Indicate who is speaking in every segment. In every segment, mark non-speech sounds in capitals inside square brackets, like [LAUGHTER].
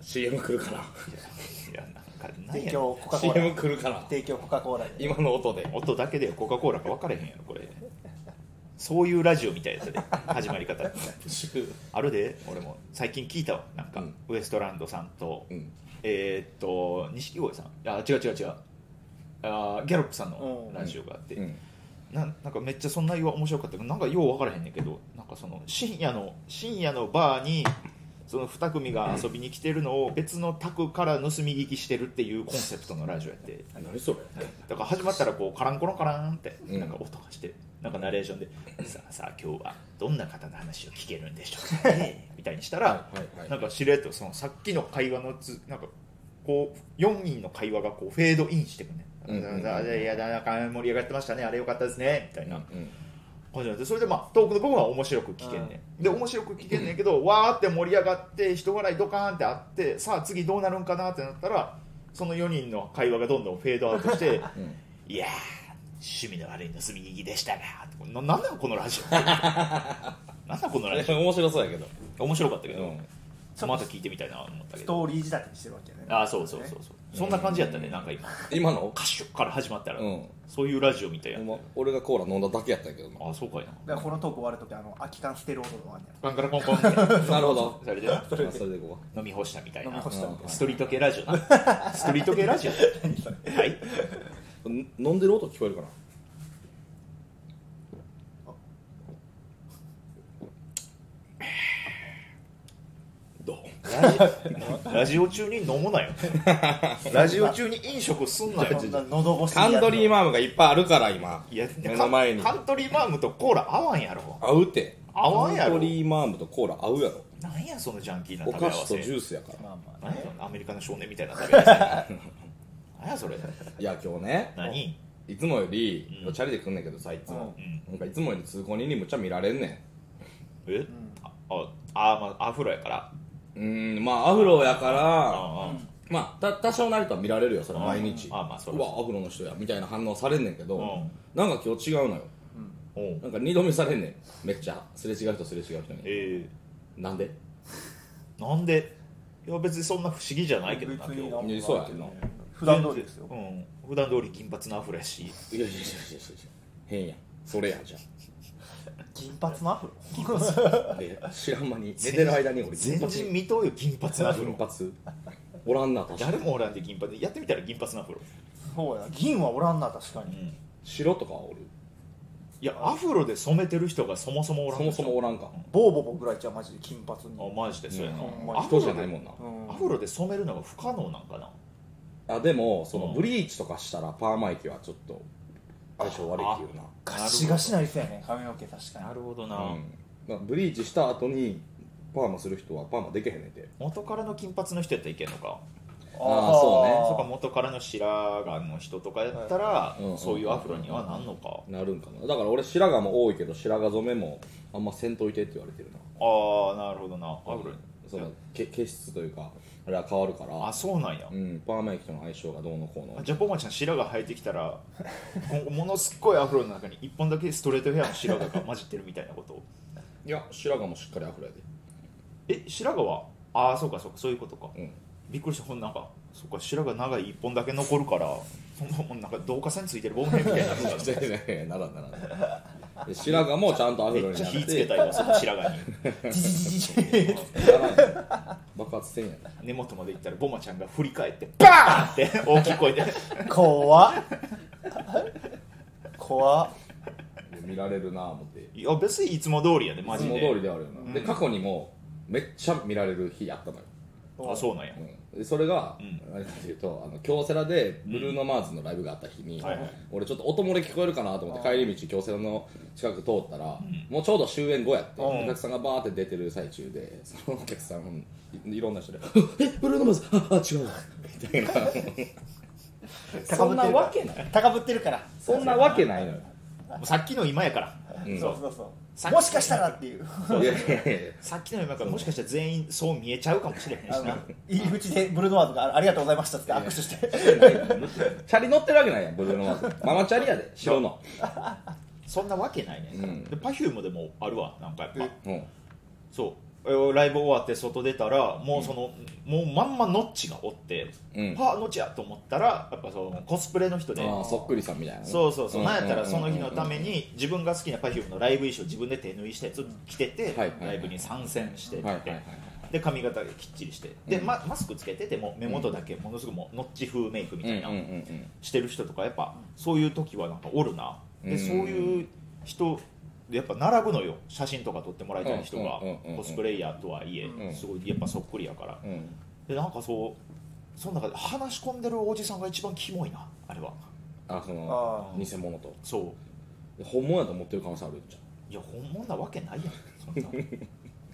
Speaker 1: CM 来るから
Speaker 2: いやなんかなん
Speaker 3: 提
Speaker 2: やろ
Speaker 3: 供コカ・コーラ
Speaker 1: CM 来るから
Speaker 3: 提供コカ・コーラで
Speaker 1: 今の音で
Speaker 2: 音だけでコカ・コーラか分かれへんやろこれそういうラジオみたいやつで始まり方あるで俺も最近聞いたわなんか、
Speaker 1: うん
Speaker 2: ウエストランドさんと、
Speaker 1: うん
Speaker 2: えーっと錦鯉さんあ違う違う違うあーギャロップさんのラジオがあって、
Speaker 1: うん
Speaker 2: ななんかめっちゃそんなに面白かったけどなんかよう分からへんねんけどなんかその深夜の深夜のバーにその2組が遊びに来てるのを別の宅から盗み聞きしてるっていうコンセプトのラジオやって
Speaker 1: 何それ
Speaker 2: だから始まったらこうカランコロンカランって
Speaker 1: うん
Speaker 2: なんか音がして、なんかナレーションで「さあさあ今日はどんな方の話を聞けるんでしょうか
Speaker 1: [LAUGHS]
Speaker 2: ね」みたいにしたら
Speaker 1: はいはいはい
Speaker 2: なんかしれっとそのさっきの会話のつなんかこう4人の会話がこうフェードインしてくんね「
Speaker 1: うんうんうん
Speaker 2: あいやなんか盛り上がってましたねあれよかったですね」みたいな
Speaker 1: うん
Speaker 2: 感じなんでそれでまあトークの部分は面白く聞けんねんで面白く聞けんねんけ [LAUGHS] ど、わーって盛り上がって人笑いドカーンってあってさあ次どうなるんかなってなったらその4人の会話がどんどんフェードアウト [LAUGHS] して「
Speaker 1: ん
Speaker 2: いやー趣味の悪い盗み聞きでしたが」ななんだこのラジ [LAUGHS] オなんだこのラジ
Speaker 1: 面白そうやけど
Speaker 2: オ面白かったけど、
Speaker 1: う
Speaker 2: また聞いてみたいな思ったけ
Speaker 3: ス
Speaker 2: ど
Speaker 3: トーリー仕立てにしてるわけやね
Speaker 2: ああそうそうそうそう、そんな感じやったねなんか今
Speaker 1: ん今の
Speaker 2: 歌手から始まったら、
Speaker 1: うん
Speaker 2: そういうラジオみたいや
Speaker 1: ほ
Speaker 2: ん
Speaker 1: んま俺がコーラ飲んだだけやったけど
Speaker 2: ああそうかいな
Speaker 3: だからこのトーク終わるときあの空き缶捨てる音があんね
Speaker 2: カンカラコンコンって
Speaker 1: ななるほど
Speaker 2: [LAUGHS] それでな
Speaker 1: それでいこ
Speaker 2: 飲み干したみたいな
Speaker 3: 飲み干したみたいな
Speaker 2: ストリート系ラジオな [LAUGHS] ストリート系ラジオはい
Speaker 1: うん飲んでる音聞こえるかなどう
Speaker 2: ラジオ中に飲むなよ [LAUGHS] ラジオ中に飲食すんなよ
Speaker 3: んそんな喉越しに
Speaker 1: カ
Speaker 3: やる
Speaker 1: ントリーマームがいっぱいあるから今
Speaker 2: いや
Speaker 1: 目の前に
Speaker 2: カントリーマームとコーラ合わんやろ
Speaker 1: 合うって
Speaker 2: 合わんやろ
Speaker 1: カントリーマームとコーラ合うやろ
Speaker 2: なんやそのジャンキーな
Speaker 1: お
Speaker 2: 食べ合
Speaker 1: 菓子
Speaker 2: わ
Speaker 1: と
Speaker 2: せ
Speaker 1: ジュースやから
Speaker 3: まあまあ
Speaker 2: なんやそのアメリカの少年みたいな食べ合わ [LAUGHS] せなんやそれ
Speaker 1: いや今日ね
Speaker 2: 何
Speaker 1: いつもより、
Speaker 2: うん
Speaker 1: チャリで来んねんけどさいつも、
Speaker 2: うん
Speaker 1: なんかいつもより通行人にむっちゃ見られんね
Speaker 2: え、あああ、まあ、アフロやから
Speaker 1: んうーんまあアフロやから
Speaker 2: あ
Speaker 1: まあた多少なりとは見られるよそれ
Speaker 2: うん
Speaker 1: 毎日
Speaker 2: あまあそうう
Speaker 1: わアフロの人やみたいな反応されんねんけど、
Speaker 2: うん
Speaker 1: なんか今日違うのよ
Speaker 2: あ、うん、
Speaker 1: なんか二度見されんねんめっちゃすれ違う人すれ違う人に
Speaker 2: え
Speaker 1: なんで
Speaker 2: ー、なんでいや別にそんな不思議じゃないけどな今日
Speaker 3: なんも
Speaker 1: いやそうやけどな
Speaker 3: 普段通りですよ
Speaker 2: うん、普段通り金髪のアフロやし
Speaker 1: いやいやいやいやいや変やんそれやんじゃ
Speaker 3: 金髪のアフロ
Speaker 1: んで知らん間に [LAUGHS] 寝てる間に俺
Speaker 2: 全
Speaker 1: 金
Speaker 2: 人未到よ金髪のアフ
Speaker 1: 髪金
Speaker 2: ロ
Speaker 1: 髪おらんな確かに
Speaker 2: 誰もおらんで金髪やってみたら金髪のアフロ、
Speaker 3: そうや銀はおらんな確か
Speaker 2: うん、
Speaker 3: に
Speaker 2: い
Speaker 1: 白とかはおる
Speaker 2: やアフロで染めてる人がそもそもおらん
Speaker 1: そもそもおらんか
Speaker 3: ボーボボぐらいじゃマジで金髪に
Speaker 2: あマジでそうやな、
Speaker 1: うん
Speaker 3: ほんまに
Speaker 2: アフ
Speaker 1: 人
Speaker 2: ロで
Speaker 1: じゃないもんな
Speaker 3: うん
Speaker 2: アフロで染めるのが不可能なんかな
Speaker 1: あでもそうの
Speaker 2: ん
Speaker 1: ブリーチとかしたらパーマ液はちょっと相性悪いっていうな
Speaker 3: ガシガシなりそうやね髪の毛確かに
Speaker 2: なるほどな、
Speaker 1: うんだからブリーチした後にパーマする人はパーマできへんねんて
Speaker 2: 元からの金髪の人やったらいけんのか
Speaker 1: あーそうね
Speaker 3: ー
Speaker 2: そっか元からの白髪の人とかやったら、
Speaker 1: うん
Speaker 2: そういうアフロにはなんのか、
Speaker 1: なるんかなだから俺白髪も多いけど白髪染めもあんませんといてって言われてるな
Speaker 2: ああなるほどなアフロに
Speaker 1: そのけ毛質というかあれは変わるから
Speaker 2: あそうなんや、
Speaker 1: うんパーマ液との相性がどうのこうの
Speaker 2: ジャポンマンちゃん白髪生えてきたら今後 [LAUGHS] ものすっごいアフロの中に一本だけストレートヘアの白髪が混じってるみたいなこと
Speaker 1: いや白髪もしっかりアフロやで
Speaker 2: え白髪はああそうかそうかそういうことか、
Speaker 1: うん
Speaker 2: びっくりしたほんなんかそっか白髪長い一本だけ残るからそんなもんなんか導火線についてるボンヘみたいになる
Speaker 1: [LAUGHS]
Speaker 2: から
Speaker 1: 全然ならんならん [LAUGHS] で白髪もちゃんとアフロ
Speaker 2: めっ
Speaker 1: に
Speaker 2: ちゃ
Speaker 1: なっ
Speaker 2: 火つけ
Speaker 1: て
Speaker 2: たよその白髪に
Speaker 3: じじじじじ
Speaker 1: [LAUGHS] やばいね爆発せんやん
Speaker 2: 根元まで行ったらボマちゃんが振り返ってバーンって大きい声で
Speaker 3: 怖っ怖っ
Speaker 1: 見られるなぁ思って
Speaker 2: いや別にいつも通りやでマ
Speaker 1: いつ
Speaker 2: ジ
Speaker 1: も
Speaker 2: で
Speaker 1: 通りではあるよな、で過去にもめっちゃ見られる日やったのよ、
Speaker 2: あそうなんや、
Speaker 1: うんでそれが、
Speaker 2: う
Speaker 1: 何かっていうとあの京セラでブルーノ・マーズのライブがあった日に、
Speaker 2: はいはい
Speaker 1: 俺ちょっと音漏れ聞こえるかなと思って帰り道京セラの近く通ったら、もうちょうど終演後やって、
Speaker 2: うん
Speaker 1: お客さんがバーって出てる最中で [LAUGHS] そのお客さんいいろんな人で「 [LAUGHS] えブルーノ・マーズああ違うわ」みたいなそんなわけない
Speaker 3: 高ぶってるから
Speaker 1: そんなわけないのよ
Speaker 2: もうさっきの今やから
Speaker 1: うん
Speaker 3: そうそうそ
Speaker 2: さっ
Speaker 3: う
Speaker 2: き
Speaker 3: もしかしたらっていう
Speaker 1: いやいやいやいや
Speaker 2: さっきの今からもしかしたら全員そう見えちゃうかもしれへんし
Speaker 3: あの
Speaker 2: な
Speaker 3: 入り口でブルドワーズがありがとうございましたって握手して
Speaker 1: チャリ乗ってるわけないやんブルーノ・マーズママチャリやで白の
Speaker 2: そんなわけないね、
Speaker 1: うん
Speaker 2: で Perfume でもあるわなんかやっぱ
Speaker 1: うん
Speaker 2: そうえーライブ終わって外出たらもうその、もうまんまノッチがおって、
Speaker 1: うん
Speaker 2: はあノッチやと思ったらやっぱそのコスプレの人で
Speaker 1: ああそっくりさんみたいなね
Speaker 2: そうそうそう、
Speaker 1: んん
Speaker 2: なん
Speaker 1: ん
Speaker 2: やったらその日のために自分が好きな Perfume のライブ衣装自分で手縫いしたやつ着てて、
Speaker 1: はいはいはい
Speaker 2: ライブに参戦してって、
Speaker 1: はいはいはい
Speaker 2: で髪型きっちりしてで、
Speaker 1: うん
Speaker 2: ま、マスクつけてても目元だけものすごくもうノッチ風メイクみ
Speaker 1: うん
Speaker 2: た
Speaker 1: うん
Speaker 2: いな、
Speaker 1: うんうん
Speaker 2: してる人とかやっぱそういう時はなんかおるなで、
Speaker 1: うん
Speaker 2: そういう人やっぱ並ぶのよ写真とか撮ってもらいたい人が
Speaker 1: うんうんうんうん
Speaker 2: コスプレイヤーとはいえ
Speaker 1: うん
Speaker 2: すごいやっぱそっくりやから
Speaker 1: うん
Speaker 2: でなんかそうその中で話し込んでるおじさんが一番キモいなあれは
Speaker 1: [LAUGHS] あその
Speaker 3: ああ
Speaker 1: 偽物と
Speaker 2: そう
Speaker 1: 本物やと思ってる可能性あるじ
Speaker 2: いや本物なわけないやんそんな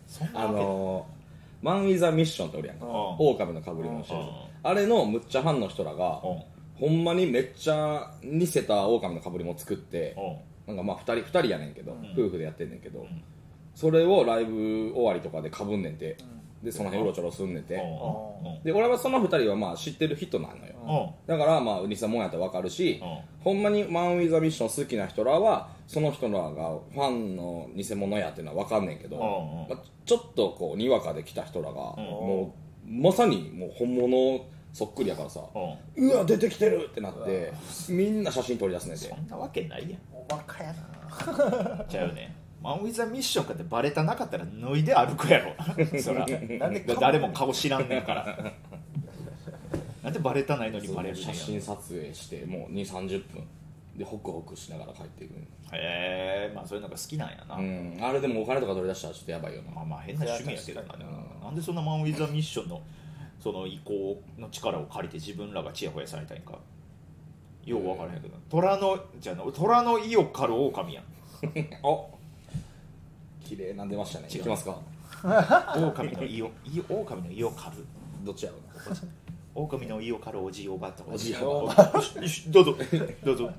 Speaker 2: そん
Speaker 1: ゃあ
Speaker 2: なんわけない、
Speaker 1: のーマン・ウィザ・ミッションっておるやんか
Speaker 2: うん
Speaker 1: 狼のかぶり物してるあれのむっちゃファンの人らがほんまにめっちゃ似せた狼のかぶりも作って
Speaker 2: うんうん
Speaker 1: なんかまあ2人二人やねんけど、
Speaker 2: ん
Speaker 1: 夫婦でやってんねんけど、
Speaker 2: ん
Speaker 1: それをライブ終わりとかでかぶんねんて、でその辺うろちょろすんねんて、
Speaker 2: うん
Speaker 1: で俺はその2人はまあ知ってる人なのよ、だからまあウニさんもんやったらわかるし、
Speaker 2: うん
Speaker 1: ほんまにマン・ウィザ・ミッション好きな人らはその人らがファンの偽物やっていうのはわかんねんけど、
Speaker 2: うんうん
Speaker 1: まあ、ちょっとこうにわかで来た人らが、
Speaker 2: ん
Speaker 1: もうまさにもう本物そっくりやからさ、
Speaker 2: うんうん
Speaker 1: うわ出てきてるってなってみんな写真撮り出すねんて
Speaker 2: そんなわけないやん
Speaker 3: おバカやな
Speaker 2: ちゃうね。マンウィザミッションかってバレたなかったら脱いで歩くや
Speaker 1: [LAUGHS]
Speaker 2: ろ。そら。
Speaker 3: んで顔
Speaker 2: 誰も顔知らんねんから。なんでバレたないのにバレるねん
Speaker 1: 写
Speaker 2: や
Speaker 1: 真撮影してもう2 3 0分でホクホクしながら帰っていくね
Speaker 2: へえ、まあそういうのが好きなんやな。
Speaker 1: うんあれでもお金とか取り出したらちょっとやばいよな
Speaker 2: まあまあ変な趣味やけどな。
Speaker 3: そ
Speaker 1: 確か
Speaker 2: で
Speaker 1: に
Speaker 2: もなんでそんなマンウィザミッションのその意向の力を借りて自分らがチヤホヤされたいんか。よう分からへんけど。虎の、じゃあな虎の意を狩る狼やん。
Speaker 1: あ綺麗なん出ましたね
Speaker 2: 違う
Speaker 1: いきますか [LAUGHS]
Speaker 2: 狼の意を、意を狼の意を狩る。
Speaker 1: どっちやろうな
Speaker 2: 狼の家を狩るおじいおばとか
Speaker 1: おじい
Speaker 2: お
Speaker 1: お
Speaker 2: ば [LAUGHS] どうぞどうぞ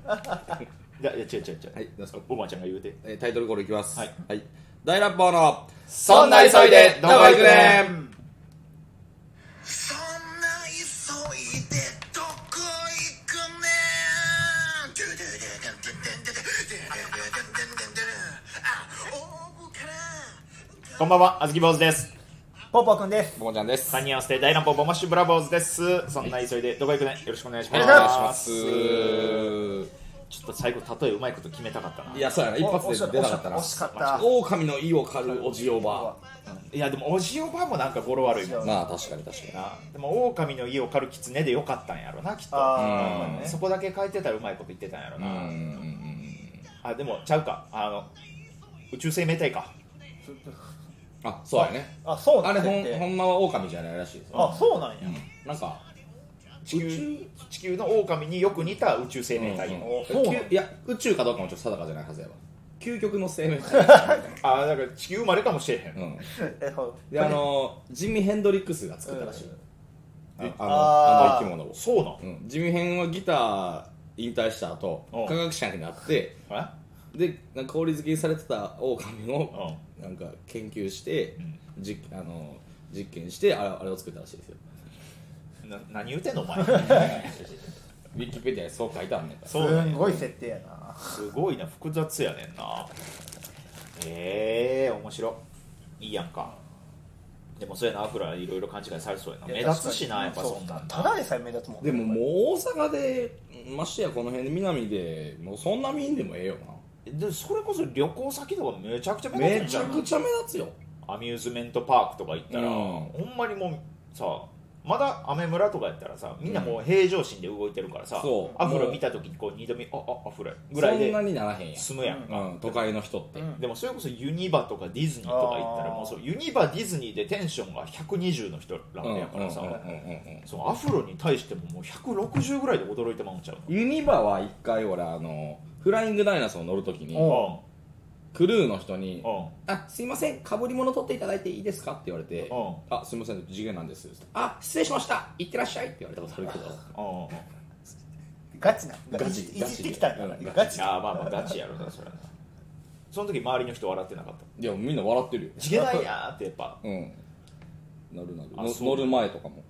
Speaker 2: いやいや違う違う違う、
Speaker 1: はいどうぞ
Speaker 2: おばあちゃんが言うて
Speaker 1: えータイトルコールいきます
Speaker 2: はい、
Speaker 1: 大乱暴の
Speaker 2: そんな急いでどこ行くね
Speaker 1: ん
Speaker 4: そんな急いでどこ行くねんあ大部から
Speaker 2: こんばんはあずき坊主です
Speaker 3: ポンポくんです
Speaker 1: ボンちゃんです
Speaker 2: 3人合わせて大乱暴ボマッシュブラ坊主ですそんな急いでどこ行くねよろしくお願いします
Speaker 1: お願いします
Speaker 2: ちょっと最後例えうまいこと決めたかったない
Speaker 1: いやそうやな一発で出なかったな
Speaker 3: 惜しかった
Speaker 1: 狼の意を狩るおじおば
Speaker 2: やでもおじいおばもなんか語呂悪いもん
Speaker 1: まあ確かに確かに
Speaker 2: なでも狼の家を狩る狐でよかったんやろなきっと
Speaker 3: あー
Speaker 2: うんそこだけ変えてたらうまいこと言ってたんやろ
Speaker 1: う
Speaker 2: な、
Speaker 1: んうんうん
Speaker 2: あでもちゃうかあの宇宙生命体か
Speaker 1: あそうやね
Speaker 3: あそうな
Speaker 1: あ
Speaker 3: ん
Speaker 1: れ
Speaker 3: だ
Speaker 1: ほんほんまは狼じゃないらしいです
Speaker 3: あそうなんや
Speaker 1: なんか
Speaker 2: 地球地球の狼によく似た宇宙生命体、
Speaker 1: うん
Speaker 3: おそうなんだ
Speaker 1: きゅいや宇宙かどうかもちょっと定かじゃないはずやわ究極の生命体みたい
Speaker 2: ああだから地球生まれかもしれへん、
Speaker 1: な、うん、
Speaker 3: えほ
Speaker 1: であのジミ・ヘンドリックスが作ったらしい、あのあ
Speaker 3: あ
Speaker 1: の生
Speaker 3: ー
Speaker 1: き物を、
Speaker 2: そうなん
Speaker 1: うん、ジミヘンはギター引退した後
Speaker 2: うん
Speaker 1: 科学者になって
Speaker 2: え
Speaker 1: でなんか氷漬けにされてた狼を
Speaker 2: う
Speaker 1: なんか研究して、実あの実験してあれあれを作ったらしいですよ
Speaker 2: な何言うてんのお [LAUGHS] 前
Speaker 1: ウィキペディアにそう書いてあんねんから
Speaker 3: す
Speaker 2: そうなん
Speaker 3: ん
Speaker 2: や
Speaker 3: ごい設定やな
Speaker 2: すごいな複雑やねんなええ面白いいやんかでもそうやなアフラいろいろ勘違いされそうやない
Speaker 3: や
Speaker 2: 目立つしなやっ
Speaker 3: 確
Speaker 2: ぱ
Speaker 3: かに
Speaker 2: そんなん
Speaker 3: ただでさえ目立つもん
Speaker 1: でももう大阪でましてやこの辺で南でもうそんな見んでもええよ
Speaker 2: でそれこそ旅行先とかめちゃくちゃ
Speaker 1: な
Speaker 2: 目
Speaker 1: め
Speaker 2: 立つ
Speaker 1: ち
Speaker 2: ん
Speaker 1: ゃ
Speaker 2: じゃ
Speaker 1: く
Speaker 2: ん
Speaker 1: ちゃ目立つよ
Speaker 2: アミューズメントパークとか行ったら、
Speaker 1: うん
Speaker 2: ほんまにもうさまだアメ村とかやったらさみんなもう平常心で動いてるからさ、
Speaker 1: そう
Speaker 2: アフロ見た時にこう二度見ああアフロやぐ
Speaker 1: そ
Speaker 2: らい
Speaker 1: んな
Speaker 2: で
Speaker 1: にならへんやん
Speaker 2: 済むやんか、
Speaker 1: うん、都会の人って、
Speaker 3: うん
Speaker 2: でもそれこそユニバとかディズニーとか行ったら
Speaker 3: あー
Speaker 2: もうそうユニバディズニーでテンションが120の人らやからさ、
Speaker 1: うんうんうんうんうん
Speaker 2: そのアフロに対してももう160ぐらいで驚いてまうんちゃう
Speaker 1: ユニバは一回俺あのフライングダイナソー乗るときに
Speaker 2: の
Speaker 1: クルーの人に
Speaker 2: うんうん
Speaker 1: 「あすいませんかぶり物取っていただいていいですか?」って言われて
Speaker 2: うん
Speaker 1: 「あすいません次元なんです」あ失礼しました行ってらっしゃい」って言われたことあるけど
Speaker 2: うんうん
Speaker 3: ガチな
Speaker 1: ガ
Speaker 3: ガ
Speaker 1: チ
Speaker 3: チいじってきたん
Speaker 1: ガチ
Speaker 3: だ
Speaker 1: ガ
Speaker 3: ガ
Speaker 2: い
Speaker 3: チ
Speaker 2: やまあまあガチやろなそれはなその時周りの人笑ってなかった
Speaker 1: いやみんな笑ってるよ
Speaker 2: 「ちげないな」ってやっぱ
Speaker 1: うんなるなる
Speaker 2: あ
Speaker 1: の
Speaker 2: そう
Speaker 1: 乗る前とかも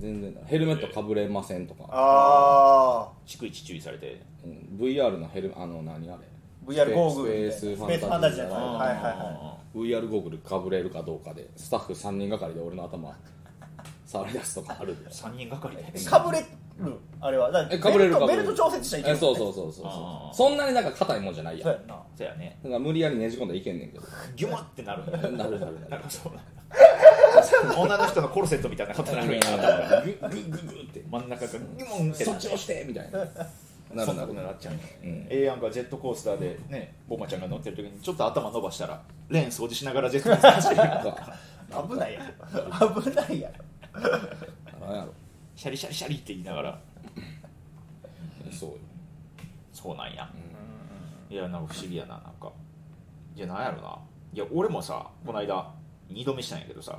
Speaker 1: 全然なるヘルメットかぶれませんとか、
Speaker 3: ああ
Speaker 2: 逐一注意されて
Speaker 1: うん、VR のヘルあの何あれ
Speaker 3: VR ゴーグルみたいな
Speaker 1: スペース
Speaker 3: スペースファンタジー
Speaker 1: ファンタジーだ
Speaker 3: の
Speaker 1: な
Speaker 3: はいはいはい
Speaker 2: あ
Speaker 1: VR ゴーグルかぶれるかどうかでスタッフ3人がかりで俺の頭触り出すとかあるで
Speaker 2: ー三人がかりで
Speaker 3: かぶれるあれはだ
Speaker 1: えかぶれる
Speaker 3: ベル
Speaker 1: か
Speaker 3: ト
Speaker 1: ぶ
Speaker 3: ベ
Speaker 1: れる
Speaker 3: ルト調節したらいけ
Speaker 1: え
Speaker 3: る
Speaker 1: そうそううそうそう
Speaker 2: あ
Speaker 1: そ
Speaker 2: ー
Speaker 1: うそんなになんか硬いもんじゃないや
Speaker 3: そうんやんな
Speaker 2: そうやね
Speaker 1: なんか無理やりねじ込んだらいけんね
Speaker 3: [LAUGHS]
Speaker 1: んけど
Speaker 2: ギュモってなるんだよ
Speaker 1: なるなるな
Speaker 2: なん
Speaker 1: る
Speaker 2: かそう女の人のコルセットみたいなことになるんや頭が
Speaker 1: グッグッグッグッって
Speaker 2: 真ん中がギュモンって
Speaker 1: そ
Speaker 2: な
Speaker 1: っ
Speaker 2: っ
Speaker 1: ち
Speaker 2: ちゃ
Speaker 1: 押してみたいなな
Speaker 2: そ
Speaker 1: る
Speaker 2: ん
Speaker 1: な
Speaker 2: なこ
Speaker 1: る
Speaker 2: とになっちゃうね
Speaker 1: うん
Speaker 2: ええやんかジェットコースターでねボマちゃんが乗ってる時にちょっと頭伸ばしたらレーン掃除しながらジェットコースター走る
Speaker 1: なんか
Speaker 3: 危ないやろ危ないやろ
Speaker 1: なんやろ
Speaker 2: [LAUGHS] シャリシャリシャリって言いながら
Speaker 1: そうよ
Speaker 2: そうなんや、いやなんか不思議やななんかいやなんやろないや俺もさこの間二度目したんやけどさ、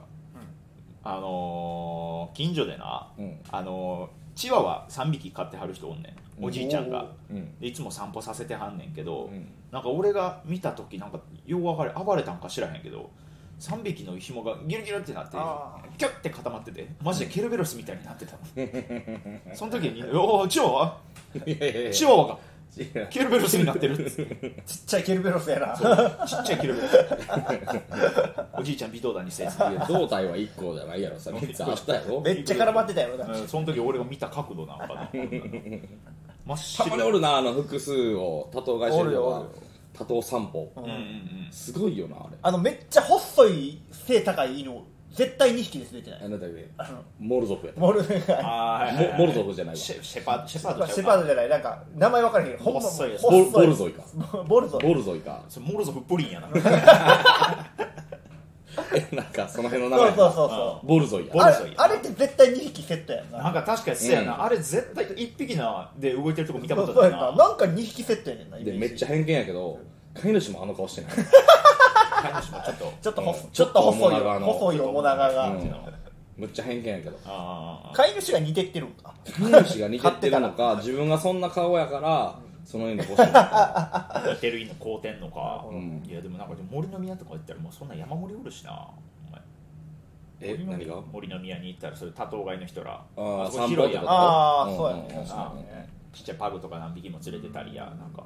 Speaker 2: あのー近所でな、
Speaker 1: うん
Speaker 2: あのーチワワ3匹飼ってはる人おんねんおじいちゃんが、
Speaker 1: うん
Speaker 2: でいつも散歩させてはんねんけど、
Speaker 1: うん
Speaker 2: なんか俺が見た時なんかよう分かれ暴れたんか知らへんけど3匹の紐がギュルギュルってなって
Speaker 3: あ
Speaker 2: キュッて固まっててマジでケルベロスみたいになってたのその時に「おおチワワ
Speaker 1: いやいやいや
Speaker 2: チワワが
Speaker 1: いや
Speaker 2: ケルベロスになってる」っつって
Speaker 3: ちっちゃいケルベロスやな
Speaker 2: ちっちゃいケルベロスおじいちゃん微動だにせず
Speaker 1: いや胴体は1個じゃないやろさ3つあったやろ
Speaker 3: めっちゃ絡まってたやろな
Speaker 2: うんその時俺が見た角度なんかな真った白
Speaker 1: まにおるなあの複数を多頭飼いしてるのは
Speaker 3: おるよ
Speaker 1: 多頭散歩
Speaker 2: うんうんうん
Speaker 1: すごいよなあれ
Speaker 3: あのめっちゃ細い背高い犬を絶対2匹で連れてない
Speaker 1: あなた上
Speaker 3: あの
Speaker 1: モルゾフやった
Speaker 3: モルフェが
Speaker 2: あーはいはいはい
Speaker 1: モモルゾフじゃないわ
Speaker 2: シェシェパシェパードちゃうか
Speaker 3: シェパードじゃないなんか名前分からへんけどほんま
Speaker 2: 細いやつ
Speaker 1: ボルボルゾイか
Speaker 3: ボルゾイ
Speaker 1: ボルゾイか
Speaker 2: それモルゾフプリンやな
Speaker 1: えなんかその辺の名
Speaker 3: そう
Speaker 1: 前
Speaker 3: そうそうそ
Speaker 1: ボルゾイや
Speaker 3: う
Speaker 2: ボ
Speaker 3: あ
Speaker 2: ルゾイ
Speaker 3: れあれって絶対2匹セットやんな
Speaker 2: なんか確かにせやな、
Speaker 1: うん
Speaker 2: あれ絶対一匹なで動いてるとこ見た
Speaker 3: そ
Speaker 2: こ
Speaker 3: う
Speaker 2: と
Speaker 3: そう
Speaker 2: ない
Speaker 3: やんな
Speaker 2: な
Speaker 3: なんか2匹セットやねんなイメ
Speaker 1: で
Speaker 3: ージ
Speaker 1: めっちゃ偏見やけど飼い主もあの顔してない
Speaker 2: 飼い主もちょっと
Speaker 3: ちょっとほ
Speaker 1: う
Speaker 3: す
Speaker 1: ん
Speaker 3: ちょっと細い
Speaker 1: ちょっと面長の
Speaker 3: 細い面長が、
Speaker 1: うんむっちゃ偏見やけど
Speaker 2: あ
Speaker 3: 飼い主が似てってるんか
Speaker 1: 飼い主が似てってるのか自分がそんな顔やからその犬欲しいの
Speaker 2: [LAUGHS]
Speaker 1: か
Speaker 2: あ似てる犬買うてんのか、
Speaker 1: うん
Speaker 2: いやでもなんかでも森の宮とか行ったらもうそんな山盛りおるしなお前
Speaker 1: え何が
Speaker 2: 森の宮に行ったらそれ多頭飼いの人ら
Speaker 1: ああ
Speaker 2: そこ
Speaker 1: 散歩
Speaker 2: 広
Speaker 1: っ
Speaker 2: い
Speaker 1: て
Speaker 2: やん
Speaker 1: こと
Speaker 3: ああ
Speaker 1: うん
Speaker 3: そうやね
Speaker 1: うん
Speaker 3: 確かにね
Speaker 2: ちっちゃいパグとか何匹も連れてたりやなんか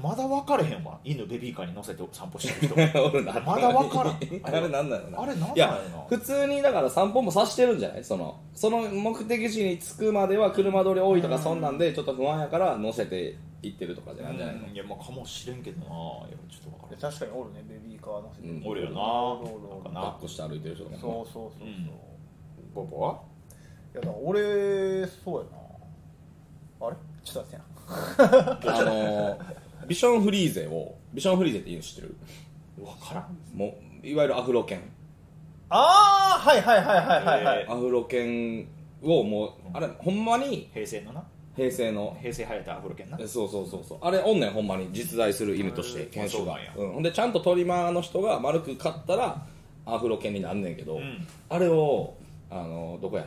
Speaker 2: まだ分かれへんわ犬ベビーカーに乗せて散歩してる人
Speaker 1: おる [LAUGHS] な
Speaker 2: まだわからん
Speaker 1: [LAUGHS] あれなんだろうな
Speaker 2: あれなんなんやろない
Speaker 1: や普通にだから散歩もさしてるんじゃないそのその目的地に着くまでは車通り多いとかそんなんでちょっと不安やから乗せて行ってるとかじゃないんじゃないの
Speaker 2: うんいやまあかもしれんけどないやちょっと分から
Speaker 3: 確かにおるねベビーカー乗せて
Speaker 1: うん
Speaker 2: んおるよな
Speaker 3: おるおるおる
Speaker 2: なんか
Speaker 1: 抱
Speaker 2: な
Speaker 1: っこして歩いてる人とか
Speaker 3: そうそうそうそう、
Speaker 2: うん
Speaker 3: い
Speaker 2: ボボは
Speaker 3: やだから俺そうやなあれちょっと待ってな
Speaker 1: あのービションフリーゼをビションフリーゼっていうの知ってる
Speaker 2: 分からん
Speaker 1: もういわゆるアフロ犬
Speaker 3: ああはいはいはいはいはいはい、
Speaker 2: え
Speaker 1: アフロ犬をもうあれほんまに
Speaker 2: 平成のな
Speaker 1: 平成の
Speaker 2: 平成生えたアフロ犬な
Speaker 1: え [LAUGHS] そうそうそうそうあれおんねんほんまに実在する犬として犬種が
Speaker 2: あそう
Speaker 1: うんほんでちゃんとトリマーの人が丸く飼ったらアフロ犬になんねんけど、
Speaker 2: うん
Speaker 1: あれをあのどこや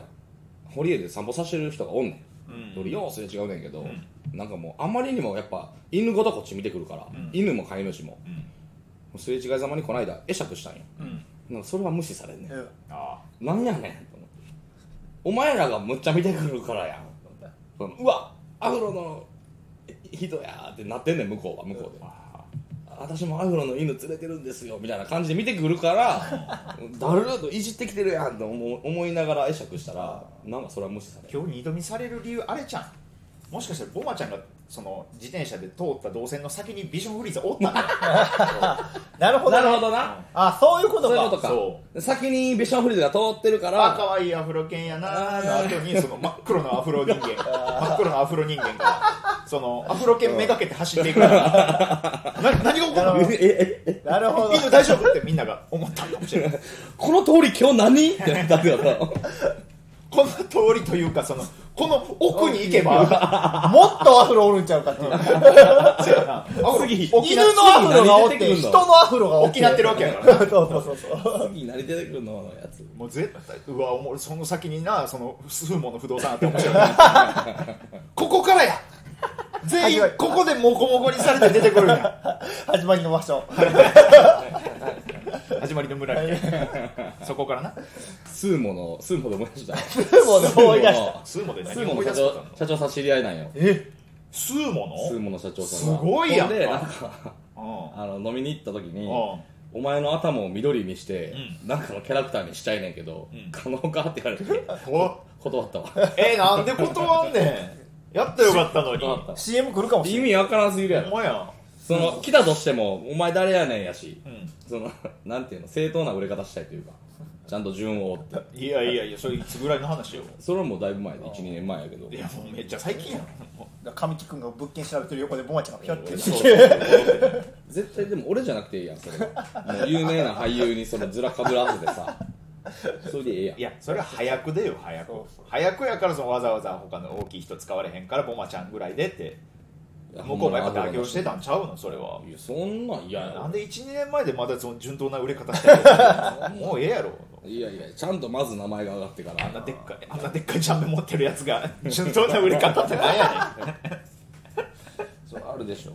Speaker 1: 堀江で散歩させてる人がおんね
Speaker 2: うん
Speaker 1: ん、よりようすれ違うねんけど、
Speaker 2: ん
Speaker 1: なんかもうあまりにもやっぱ犬ごとこっち見てくるから、犬も飼い主も
Speaker 2: うん
Speaker 1: すれ違いざまにこの間会釈したんよ
Speaker 2: うん
Speaker 1: なんかそれは無視されんねん、
Speaker 3: うん
Speaker 2: あ
Speaker 1: なんやねんと思ってお前らがむっちゃ見てくるからやんそのうわアフロの人やーってなってんねん向こうは向こうで、
Speaker 2: あ
Speaker 1: 私もアフロの犬連れてるんですよみたいな感じで見てくるから [LAUGHS] だるーといじってきてるやんって思う思いながら会釈したらなんかそれは無視される
Speaker 2: 今日二度見される理由あれちゃんもしかしたらボマちゃんがその自転車で通った動線の先にビジョンフリーズおったんだよ
Speaker 3: なるほどね、
Speaker 1: どな
Speaker 3: あそういうこ
Speaker 1: そ
Speaker 3: と
Speaker 1: う
Speaker 3: か
Speaker 1: いうことか
Speaker 2: そ
Speaker 1: 先にビションフリーズが通ってるか
Speaker 2: あ
Speaker 1: ら
Speaker 2: 可愛いアフロ犬やなーの後にその真っ黒のアフロ人間真っ黒のアフロ人間がそのアフロ犬めがけて走っていくからな何が起こる
Speaker 3: なるほど
Speaker 1: えええ
Speaker 3: なるほど
Speaker 2: 犬大丈夫ってみんなが思ったんかもしれない
Speaker 1: この通り今日何ってなったけ [LAUGHS] ど
Speaker 2: この通りというかそのこの奥に行けば
Speaker 3: もっとアフロおるんちゃうかって
Speaker 2: [LAUGHS]
Speaker 3: いう
Speaker 2: そうやな
Speaker 1: 次
Speaker 2: 沖
Speaker 3: 犬
Speaker 2: 縄
Speaker 3: のアフロがおっ
Speaker 1: 次何出てくんの
Speaker 3: て人のアフロがおっ
Speaker 2: 沖
Speaker 3: て
Speaker 2: 縄ってるわけやからな
Speaker 3: [LAUGHS] そうそうそうそう
Speaker 1: 次何出てくるののやつ
Speaker 2: もう絶対うわおもろいその先になその数もの不動産あって面白いここ [LAUGHS] からや全員ここでモコモコにされて出てくるんや
Speaker 3: 始まりの場所
Speaker 2: 始まりの村みたいな [LAUGHS] そこからな
Speaker 1: スーモのスーモで思い出したス
Speaker 3: ーモで思い出した
Speaker 2: 数もで
Speaker 1: スー
Speaker 2: 何を
Speaker 1: モ
Speaker 2: 思
Speaker 1: の
Speaker 2: い出
Speaker 1: 社
Speaker 2: すことあん
Speaker 1: 長社長さん知り合いなんよ
Speaker 3: え
Speaker 2: スーモ
Speaker 1: スー
Speaker 2: の
Speaker 1: モの社長さんが
Speaker 2: すごいやんか
Speaker 1: ほでなんか [LAUGHS]
Speaker 2: うん
Speaker 1: あの飲みに行った時に
Speaker 2: うん
Speaker 1: お前の頭を緑にして、
Speaker 2: う
Speaker 1: なんかのキャラクターにしたいねんけど、
Speaker 2: うん
Speaker 1: 可能かって言われて
Speaker 2: [LAUGHS] お
Speaker 1: 断ったわ
Speaker 2: えなんで断んねんやったらよかったのに
Speaker 1: 断っ
Speaker 3: CM 来るかも
Speaker 1: た
Speaker 3: し
Speaker 1: 意
Speaker 3: れない
Speaker 1: 味わからんすぎるや
Speaker 2: ほん
Speaker 1: ろ
Speaker 2: まやん
Speaker 1: その来たとしてもお前誰やねんやし
Speaker 2: うん
Speaker 1: その [LAUGHS] なんていうの正当な売れ方したいというかちゃんと順を追って
Speaker 2: いやいやいやそれいつぐらいの話よ
Speaker 1: それはもうだいぶ前で12年前やけど
Speaker 2: いやもうめっちゃ最近 [LAUGHS] やん
Speaker 3: だから神木君が物件調べてる横でボマちゃんがピョって
Speaker 1: そうそう絶対でも俺じゃなくていいやんそれはもう有名な俳優にそのずらかぶらせて
Speaker 2: [LAUGHS]
Speaker 1: さそれでええやん
Speaker 2: いやそれは早くでよ早く
Speaker 3: そう
Speaker 2: 早くやからそのわざわざ他の大きい人使われへんからボマちゃんぐらいでって向こうもやっぱ妥協してたんちゃうのそれはい
Speaker 1: やそんなん嫌や
Speaker 2: な
Speaker 1: ろ
Speaker 2: んで12年前でまだその順当な売れ方してるの [LAUGHS] もうええやろ
Speaker 1: いやいやちゃんとまず名前が上がってか
Speaker 2: あん
Speaker 1: ら
Speaker 2: なでっかいあんなでっかいジャンベ持ってるやつが順当な売れ方ってなんやねん
Speaker 1: それあるでしょ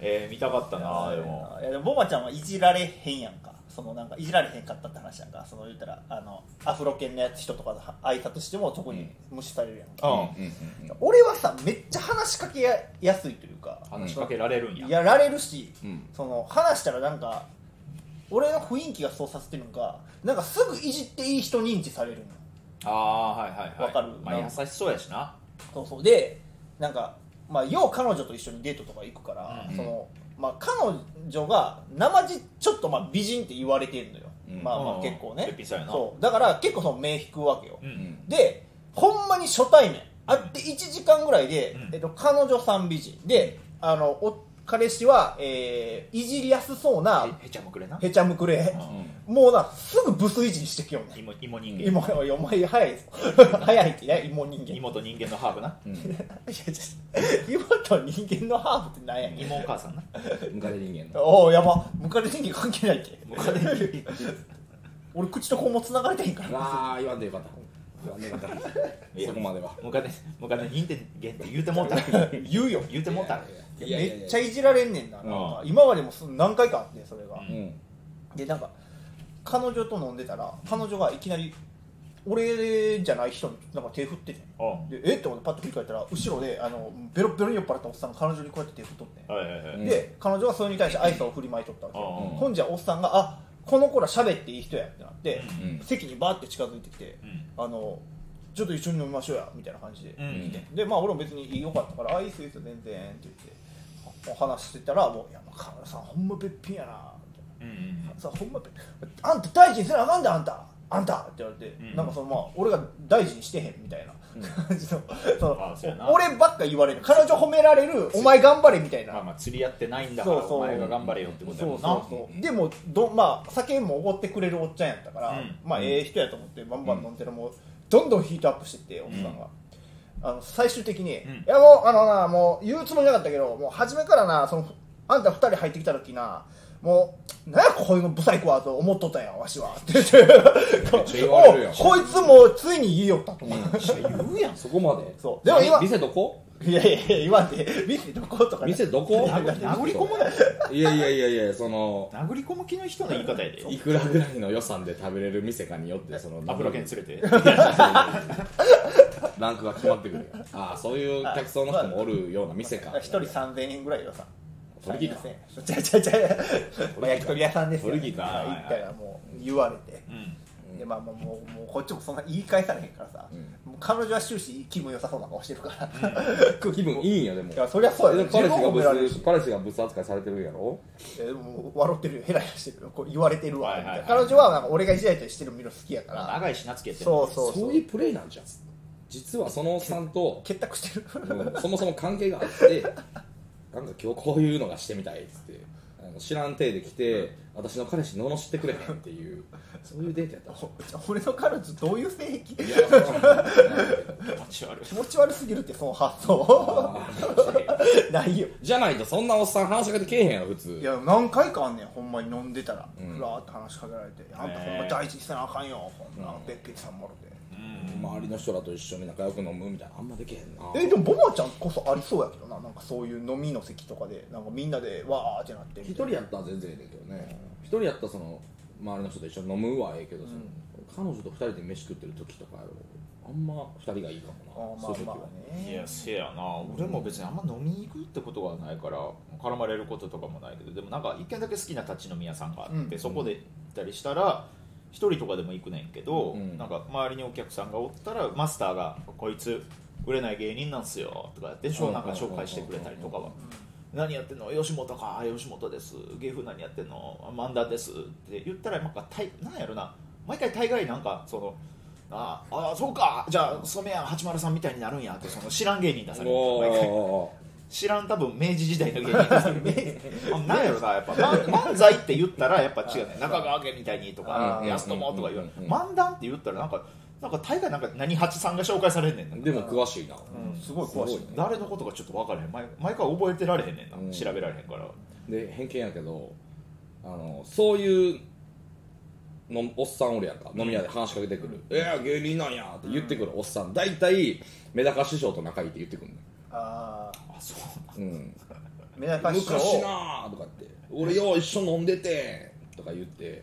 Speaker 2: えー見たかったなでも
Speaker 3: いやでもボマちゃんはいじられへんやんかそのなんかいじられへんかったって話やんかその言ったらあのアフロ犬のやつ人とかと挨拶しても特に無視されるやんか、
Speaker 2: うん
Speaker 1: うんうんうん
Speaker 3: 俺はさめっちゃ話しかけややすいというか
Speaker 2: 話しかけられるんや
Speaker 3: やられるし、
Speaker 1: うん
Speaker 3: その話したらなんか俺の雰囲気がそうさせてるのかなんかすぐいじっていい人認知されるの
Speaker 2: ああはいはいはい
Speaker 3: わかる
Speaker 2: まあ、優しそうやしな
Speaker 3: そうそうでなんか、まあ、よう彼女と一緒にデートとか行くから、
Speaker 2: うん
Speaker 3: そのまあ、彼女が生地ちょっとまあ美人って言われてるのよ、
Speaker 1: うん
Speaker 3: まあ、ま
Speaker 2: う
Speaker 3: あ
Speaker 2: ん
Speaker 3: 結構
Speaker 2: べ
Speaker 3: ね
Speaker 2: っ、ぴんさんやな
Speaker 3: そうだから結構その目引くわけよ、
Speaker 2: う
Speaker 1: うんん
Speaker 3: でほんまに初対面会って1時間ぐらいで、
Speaker 2: うん
Speaker 3: えっと、彼女さん美人であのお彼氏は、えーいじりやすそうな
Speaker 2: へへちゃもくれな
Speaker 3: へちゃむくれ
Speaker 2: うん
Speaker 1: う
Speaker 3: もうなすぐブスいじりしてきよんね
Speaker 2: 芋芋人間
Speaker 3: 今おいお前早いぞ [LAUGHS] 早いってや芋人間
Speaker 2: 芋と人間のハーブない
Speaker 1: んうん
Speaker 3: いや [LAUGHS] ちょっと芋と人間のハーフってなんやねん
Speaker 2: 芋お母さんな
Speaker 1: ムカデ人間の
Speaker 3: おおやばムカデ人間関係ないっけ
Speaker 2: ムカデ人
Speaker 3: 俺口と肛門繋がれてへんから
Speaker 1: ああ言わんでよかった言わんでよかった
Speaker 2: いや
Speaker 1: そこまでは
Speaker 2: ムカデムカデ人間って言うてもうた
Speaker 3: 言うよ
Speaker 2: 言うてもうた
Speaker 1: いやいやいや
Speaker 3: めっちゃいじられんねんななんか
Speaker 2: う
Speaker 3: 今までもその何回かあってそれが
Speaker 2: う
Speaker 1: う
Speaker 2: ん
Speaker 1: ん
Speaker 3: でなんか彼女と飲んでたら彼女がいきなり俺じゃない人になんか手振ってて
Speaker 2: うんはい
Speaker 3: でえって俺パッと振り返ったら後ろであのベロッベロに酔っ払ったおっさんが彼女にこうやって手振っとって
Speaker 2: はいはい
Speaker 1: うん
Speaker 3: で彼女はそれに対して愛想を振りまいとったわけよ
Speaker 2: うん
Speaker 3: ほんじゃおっさんが「あこの子ら喋っていい人や」ってなって、
Speaker 1: うん
Speaker 3: 席にバーって近づいてきて
Speaker 2: うん
Speaker 3: 「あのちょっと一緒に飲みましょうや」みたいな感じで、
Speaker 2: うん
Speaker 1: うん
Speaker 3: でまあ俺も別に良かったから「あいいっすいいっす全然」って言ってお話してたら「もういやもう河村さんほんまべっぴんやな」
Speaker 2: うんうん
Speaker 3: さほんまべっぴんあんた大事にせなあかんであんたあんた」って言われて、
Speaker 2: うん
Speaker 3: なんかそのまあ俺が大事にしてへんみたいな感じの、その
Speaker 2: あそうやな
Speaker 3: 俺ばっか言われる彼女褒められる「お前頑張れ」みたいな
Speaker 2: まあまあ釣り合ってないんだから
Speaker 3: そうそう
Speaker 2: お前が頑張れよってことや
Speaker 3: そ
Speaker 2: も
Speaker 3: うん
Speaker 2: な
Speaker 3: そうそうでもど、まあ、酒もおごってくれるおっちゃんやったから、
Speaker 2: うん
Speaker 3: まあ、ええ人やと思ってバンバン飲んでるもうどんどんヒートアップしてっておっさんが、あの最終的に、
Speaker 2: ん
Speaker 3: いやもうあのなもう言うつもりなかったけどもう初めからなそのあんた2人入ってきた時なもうなんやこういうのブサイクはと思っとったんやわしはって言って
Speaker 1: っちゃ言われるやん
Speaker 3: おこいつもうついに言いよったと思う、
Speaker 2: 言うやん
Speaker 1: そこまで
Speaker 3: そうでも今
Speaker 1: み店どこ
Speaker 3: いやいやいや言わんで店どことかね
Speaker 1: 店どこ
Speaker 2: 殴り込む
Speaker 1: いやいやいやいやその
Speaker 2: 殴り込む気の人の言い方やで
Speaker 1: いくらぐらいの予算で食べれる店かによってその
Speaker 2: アフロケン連れて
Speaker 1: ランクが決まってくるからああそういう客層の人もおるような店か
Speaker 3: 1人3000円ぐらいよさ
Speaker 1: 鳥木か
Speaker 3: ちゃちゃちゃまあ焼き鳥屋さんですよ
Speaker 1: 鳥木か
Speaker 3: 行ったらもう言われて、
Speaker 2: うん
Speaker 3: でまあもうもうもうこっちもそんな言い返されへんからさ、
Speaker 1: うん
Speaker 3: もう彼女は終始気分良さそうな顔してるから、
Speaker 1: 気分いいんよでも
Speaker 3: いやそりゃそうや
Speaker 1: 彼氏が
Speaker 3: 自分も褒められる
Speaker 1: ブ
Speaker 3: し
Speaker 1: ス彼氏がブス扱いされてるんやろ
Speaker 3: いやでも笑ってるよヘラヘラしてるよこう言われてるわ、
Speaker 2: はいはいはい
Speaker 3: 彼女はなんか俺がイジられたりしてるの見るの好きやから
Speaker 2: 長いしなつけて
Speaker 3: そうそうそ
Speaker 1: そうういうプレイなんじゃん実はそのおっさんと
Speaker 3: 結託してる
Speaker 1: うんそもそも関係があって [LAUGHS] なんか今日こういうのがしてみたいっつってあの知らん体で来て私の彼氏罵ってくれへんっていうそういうデートやったらしい
Speaker 3: [LAUGHS] 俺の彼女どういう性癖
Speaker 1: いやわからん
Speaker 2: 気持ち悪い
Speaker 3: 気持ち悪すぎるってその発想 [LAUGHS] ないよ
Speaker 1: [LAUGHS] じゃないとそんなおっさん話しかけてけえへんやろ普通
Speaker 3: いや何回かあんねんほんまに飲んでたら、
Speaker 1: うん
Speaker 3: ふらーって話しかけられて「あんたほんま大事にせなあかんよほんなべっけさんもろて」
Speaker 2: うん
Speaker 1: 周りの人らと一緒に仲良く飲むみたいなあんまできへんな
Speaker 3: えでもボマちゃんこそありそうやけどななんかそういう飲みの席とかでなんかみんなでわーってなって
Speaker 1: 一人やったら全然ええねんけどね一人やったらその周りの人と一緒に飲むはええけど、その彼女と二人で飯食ってる時とかやろああんま二人がいいかもな
Speaker 3: ま
Speaker 1: そういう時
Speaker 3: あ
Speaker 1: は
Speaker 3: まあね
Speaker 2: いやせやな俺も別にあんま飲みに行くってことはないから絡まれることとかもないけどでもなんか一軒だけ好きな立ち飲み屋さんがあって、
Speaker 3: うん
Speaker 2: そこで行ったりしたら一人とかでも行くねんけど、
Speaker 1: うん
Speaker 2: なんか周りにお客さんがおったらマスターが「こいつ売れない芸人なんすよ」とかやって
Speaker 1: うん
Speaker 2: なんか紹介してくれたりとかは「何やってんの吉本かあ吉本です芸風何やってんの漫談です」って言ったらなんかたいなんやろな毎回大概なんかその「ああそうかじゃあ染谷八丸さんみたいになるんや」ってその知らん芸人出される
Speaker 1: お
Speaker 2: 毎回
Speaker 1: ー
Speaker 2: 知らん多分明治時代の芸人出される
Speaker 1: [LAUGHS]
Speaker 2: あなんやろなやっぱ漫漫才って言ったらやっぱ違うね中川家みたいにとか
Speaker 1: あー
Speaker 2: 安友とか言われ
Speaker 1: うんうんうん
Speaker 2: 漫談って言ったらなんかなんか大概なんか何八さんが紹介されんねんな
Speaker 1: でも詳しいな、
Speaker 3: うん
Speaker 2: すごい詳しい
Speaker 1: すごいね
Speaker 2: 誰のことかちょっと分からへん毎毎回覚えてられへんねんな、
Speaker 1: うん
Speaker 2: 調べられへんから
Speaker 1: で偏見やけどあのそういうのおっさんおるやんか飲み屋で話しかけてくる「いや芸人なんや」って言ってくるおっさん大体メダカ師匠と仲いいって言ってくる
Speaker 3: ああ
Speaker 2: あそう
Speaker 1: うん
Speaker 3: メダカ師匠
Speaker 1: 昔なーとかって俺よう一緒飲んでてとか言って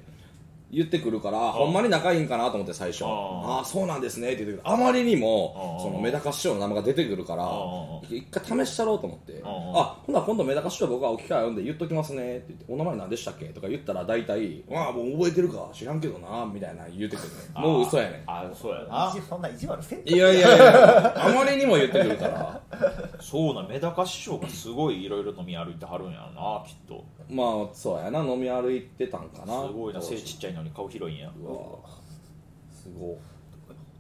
Speaker 1: 言ってくるからほんまに仲いいんかなと思って最初
Speaker 2: あー
Speaker 1: ああーそうなんですねって言ってくるあまりにも
Speaker 2: あー
Speaker 1: そのメダカ師匠の名前が出てくるから
Speaker 2: あ
Speaker 1: 一回試したろうと思って
Speaker 2: あー
Speaker 1: あほな今度メダカ師匠僕がお機会読んで言っときますねって言ってお名前何でしたっけとか言ったら大体ああもう覚えてるか知らんけどなみたいな言ってくるね
Speaker 2: あー
Speaker 1: もう嘘やねん
Speaker 2: あそうやな
Speaker 3: 意地そんな意地悪せんと
Speaker 1: いやいやいやあまりにも言ってくるから
Speaker 2: そうなメダカ師匠がすごいいろいろ飲み歩いてはるんやろなきっと
Speaker 1: まあそうやな飲み歩いてたんかな
Speaker 2: すごいな背ちっちゃいのに顔広いんや
Speaker 1: うわすごい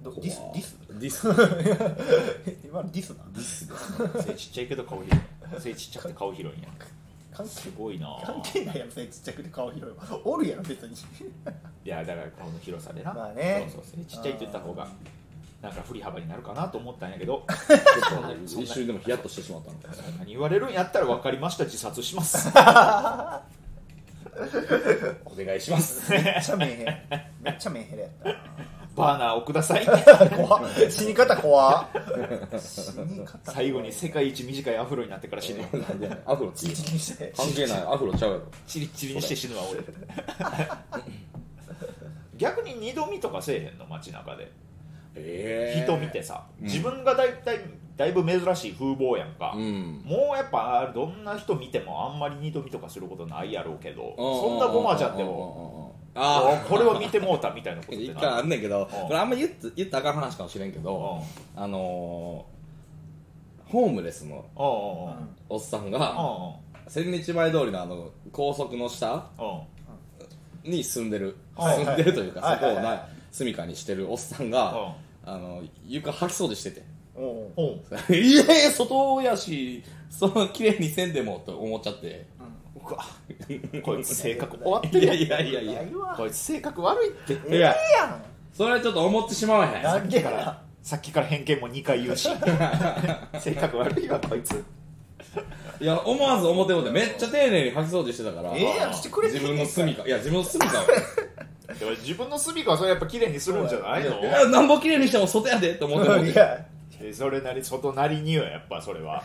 Speaker 3: どディスディス
Speaker 1: ディスデ
Speaker 3: [LAUGHS] 今のディスな
Speaker 1: ィス
Speaker 2: 背ちっちゃいけど顔広い背ちっちゃくて顔広いんや
Speaker 3: 関
Speaker 2: す
Speaker 3: 係
Speaker 2: ごいな
Speaker 3: 関係ないやろそれちっちゃくて顔広いわおるやろ別に
Speaker 2: いやだから顔の広さでな、
Speaker 3: まあね
Speaker 2: そうそう背ちっちゃいって言った方がなんか振り幅になるかなと思ったんやけど [LAUGHS]
Speaker 1: 一瞬でもヒヤッとしてしまったのか
Speaker 2: 何言われるんやったら分かりました自殺し
Speaker 3: [LAUGHS]
Speaker 2: ます
Speaker 1: お願いします
Speaker 3: めっちゃメンヘラめっちゃメンヘラやったな
Speaker 2: バーナーをください
Speaker 3: 怖っ死に方怖っ死に方
Speaker 2: 最後に世界一短いアフロになってから死ぬ
Speaker 1: アフロつ
Speaker 3: 一
Speaker 1: い
Speaker 3: 気にして
Speaker 1: 関係ないアフロちゃうやろ
Speaker 2: チリッチリにして死ぬわ
Speaker 3: [LAUGHS]
Speaker 2: 俺逆に二度見とかせえへんの街中で
Speaker 1: ええ
Speaker 2: 人見てさ、
Speaker 1: うん
Speaker 2: 自分がだいたいだいぶ珍しい風貌やんか、
Speaker 1: うん
Speaker 2: もうやっぱどんな人見てもあんまり二度見とかすることないやろうけど
Speaker 1: う
Speaker 2: そんなごまちゃんでも
Speaker 1: うんうんうんうんうんあ
Speaker 2: これを見てもうたみたいなこと
Speaker 1: あ
Speaker 2: って
Speaker 1: 一
Speaker 2: な
Speaker 1: 回あんねんけど
Speaker 2: ん
Speaker 1: これあんま言っ言ったらあかん話かもしれんけ
Speaker 2: うんうん
Speaker 1: どあのーホームレスの
Speaker 2: うんうん
Speaker 1: おっさんが千日前通りのあの高速の下
Speaker 2: うんうん
Speaker 1: に住んでる
Speaker 3: はい
Speaker 1: 住んでるという
Speaker 3: は
Speaker 1: か
Speaker 3: い
Speaker 1: そこを
Speaker 3: はいはい
Speaker 1: な住処にしてるおっさんがあの床掃き掃除してて
Speaker 3: おお
Speaker 2: うんうん
Speaker 1: [LAUGHS] いやいや外やしその綺麗にせんでもと思っちゃって
Speaker 2: うわこいつ性格終わってるやん
Speaker 1: いやいやいやいや
Speaker 3: ないわ
Speaker 2: こいつ性格悪いって
Speaker 1: いや
Speaker 3: ええやん
Speaker 1: それはちょっと思ってしまわへん
Speaker 3: なんで
Speaker 2: だからさっきから偏見も2回言うし性格悪いわこいつ
Speaker 1: いや思わず思ってもってめっちゃ丁寧に掃き掃除してたから
Speaker 3: ええやんしてくれて
Speaker 1: 自
Speaker 3: んね
Speaker 1: 分
Speaker 3: ん
Speaker 1: の住みかいや自分の住みか
Speaker 2: でも自分の隅がそれやっぱ綺麗にするんじゃないの
Speaker 1: いやなんぼ綺麗にしても外やでと思っても
Speaker 3: い
Speaker 1: て
Speaker 3: や
Speaker 2: えそれなり外なりによやっぱそれは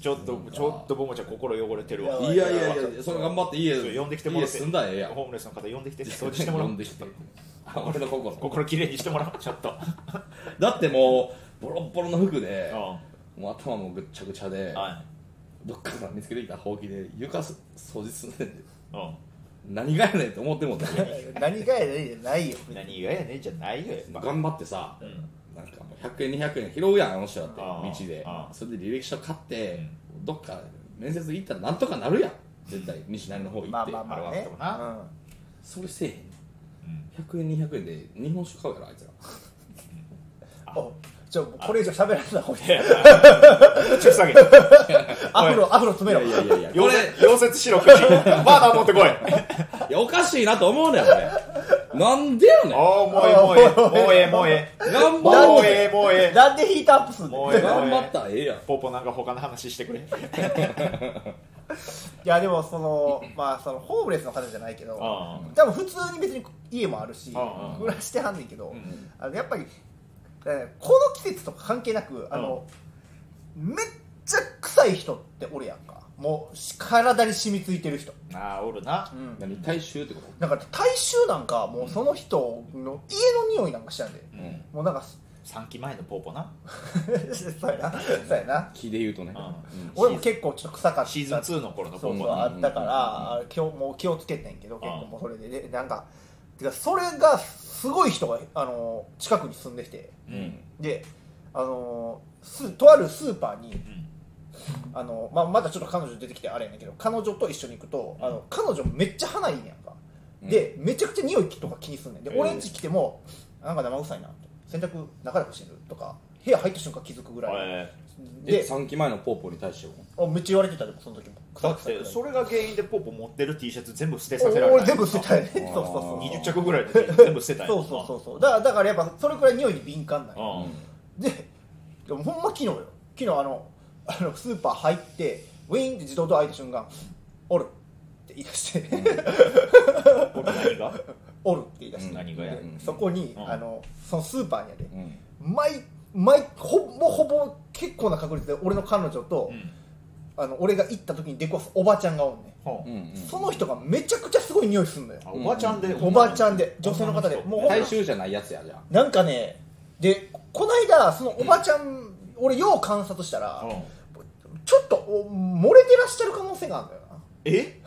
Speaker 2: ちょっとちょっとボモちゃん心汚れてるわ
Speaker 3: い
Speaker 1: いやいやいやそれ頑張って家
Speaker 2: 呼んできてもら
Speaker 1: 家
Speaker 2: って
Speaker 1: 住んだらええやん
Speaker 2: ホームレスの方呼んできて掃除してもら
Speaker 1: 呼
Speaker 2: お
Speaker 1: ん
Speaker 2: う
Speaker 1: できてあ俺の心
Speaker 2: 心きれいにしてもらおうちょっと、
Speaker 1: [LAUGHS] だってもうボロッボロの服
Speaker 2: う
Speaker 1: で
Speaker 2: んは
Speaker 1: もう頭もぐっちゃぐちゃでどっかから見つけてきたほうきで床掃除すんねんで
Speaker 2: いうん
Speaker 1: 何がやねんと思ってもって
Speaker 3: [LAUGHS] 何がやねんじゃないよ
Speaker 2: 何がやねんじゃないよやっぱ
Speaker 1: 頑張ってさ、
Speaker 2: ん
Speaker 1: なんかもう100円200円拾うやんあの人だって
Speaker 2: あー
Speaker 1: 道で
Speaker 2: あー
Speaker 1: それで履歴書買って、どっか面接行ったらなんとかなるやん絶対西成の方行って、
Speaker 3: まあまあま
Speaker 2: あ
Speaker 3: あね
Speaker 2: れはあった
Speaker 1: それせえへん100円200円で日本酒買うやろあいつら
Speaker 3: うんおちょこれ以上喋らんなほうがいい
Speaker 2: ちょっと下げて
Speaker 3: アフロアフロ詰めろ
Speaker 1: いやいや
Speaker 3: [LAUGHS]
Speaker 1: いやこ
Speaker 2: 溶
Speaker 1: れ
Speaker 2: 接溶接しろ口バーナー持ってこい
Speaker 1: いやおかしいなと思うねん俺なんでやねん
Speaker 2: おーもうええもうええもうえ
Speaker 1: 頑
Speaker 2: えも
Speaker 1: 張
Speaker 2: う
Speaker 1: ろう
Speaker 2: ええ
Speaker 1: ぜ
Speaker 2: もうええもうええ
Speaker 3: なんでヒートアップすん
Speaker 2: も
Speaker 3: の
Speaker 2: うええもう
Speaker 1: 頑張
Speaker 2: え
Speaker 1: っ
Speaker 2: え
Speaker 1: たらええやん
Speaker 2: ポポなんか他の話してくれ
Speaker 3: いやでもそのまあそのホームレスの方じゃないけど
Speaker 2: あ
Speaker 3: 多分普通に別に家もあるし
Speaker 2: ああ
Speaker 3: 暮らしてはんねんけど、
Speaker 2: ん
Speaker 3: あのやっぱりえーこの季節とか関係なくあの、めっちゃ臭い人っておるやんかもうし体に染みついてる人、
Speaker 2: ああおるな
Speaker 3: うん、
Speaker 1: 何大衆ってこと
Speaker 3: だから大衆なんかもうその人の家の匂いなんかしちゃうんで、
Speaker 1: うん
Speaker 3: もうなんか [LAUGHS]
Speaker 2: 3期前のポーポな、
Speaker 3: そうやなそうやな
Speaker 1: 気で言うとね、
Speaker 2: うん
Speaker 3: 俺も結構ちょっと臭かった
Speaker 2: シーズン2の頃のポ
Speaker 3: そう
Speaker 2: ー
Speaker 3: そ
Speaker 2: ポ
Speaker 3: う
Speaker 1: うん
Speaker 2: な
Speaker 3: あったから、あ今日もう気をつけてんけど結構もうそれででなんかてかそれがすごい人があの近くに住んできて
Speaker 1: うん
Speaker 3: であのすとあるスーパーに
Speaker 2: うん
Speaker 3: あの、まあ、まだちょっと彼女出てきてあれやねんけど彼女と一緒に行くとあの彼女めっちゃ鼻いいねんやんかでめちゃくちゃ匂いとか気にすんねんで
Speaker 2: うん
Speaker 3: 俺んち来てもなんか生臭いなと洗濯中で干してるとか部屋入った瞬間気づくぐらい
Speaker 2: え
Speaker 1: で
Speaker 3: で
Speaker 1: 3期前のポーポーに対しても
Speaker 3: あめっちゃ言われてたでもその時も
Speaker 2: ー
Speaker 3: 臭
Speaker 2: だ
Speaker 3: い
Speaker 2: っ
Speaker 3: 臭
Speaker 2: て
Speaker 3: い臭い
Speaker 2: それが原因でポーポ持ってる T シャツ全部捨てさせられた
Speaker 3: 俺全部捨てたよね [LAUGHS] そうそうそう
Speaker 2: 20着ぐらいの T シャツ全部捨てたんや
Speaker 3: そうそうそうそうだからだからやっぱそれくらい匂いに敏感なん
Speaker 2: う
Speaker 3: よ
Speaker 2: ん
Speaker 3: ででもほんま昨日よ昨日あのあのスーパー入ってウィーンって自動ドア開いた瞬間「おる」って言い出して、
Speaker 2: これ何が
Speaker 3: おる」って言い出して、
Speaker 2: 何がや
Speaker 1: うん
Speaker 3: そこに、
Speaker 2: うん
Speaker 3: あのそのスーパーにやで、
Speaker 1: うん
Speaker 3: 毎毎ほぼほぼ結構な確率で俺の彼女と、
Speaker 2: うん
Speaker 3: あの俺が行った時に出くわすおばちゃんがおんね
Speaker 2: ほ
Speaker 1: う
Speaker 2: うん
Speaker 1: うん
Speaker 3: ん、その人がめちゃくちゃすごい匂いすんのよ
Speaker 2: あおばちゃんで
Speaker 3: おばちゃんで女性の方でもうほんま
Speaker 1: 大衆じゃないやつやじゃあ
Speaker 3: なんかねでこないだそのおばちゃん、俺よう観察したら、
Speaker 2: うん
Speaker 3: ちょっとお漏れてらっしゃる可能性があるんだよな
Speaker 2: え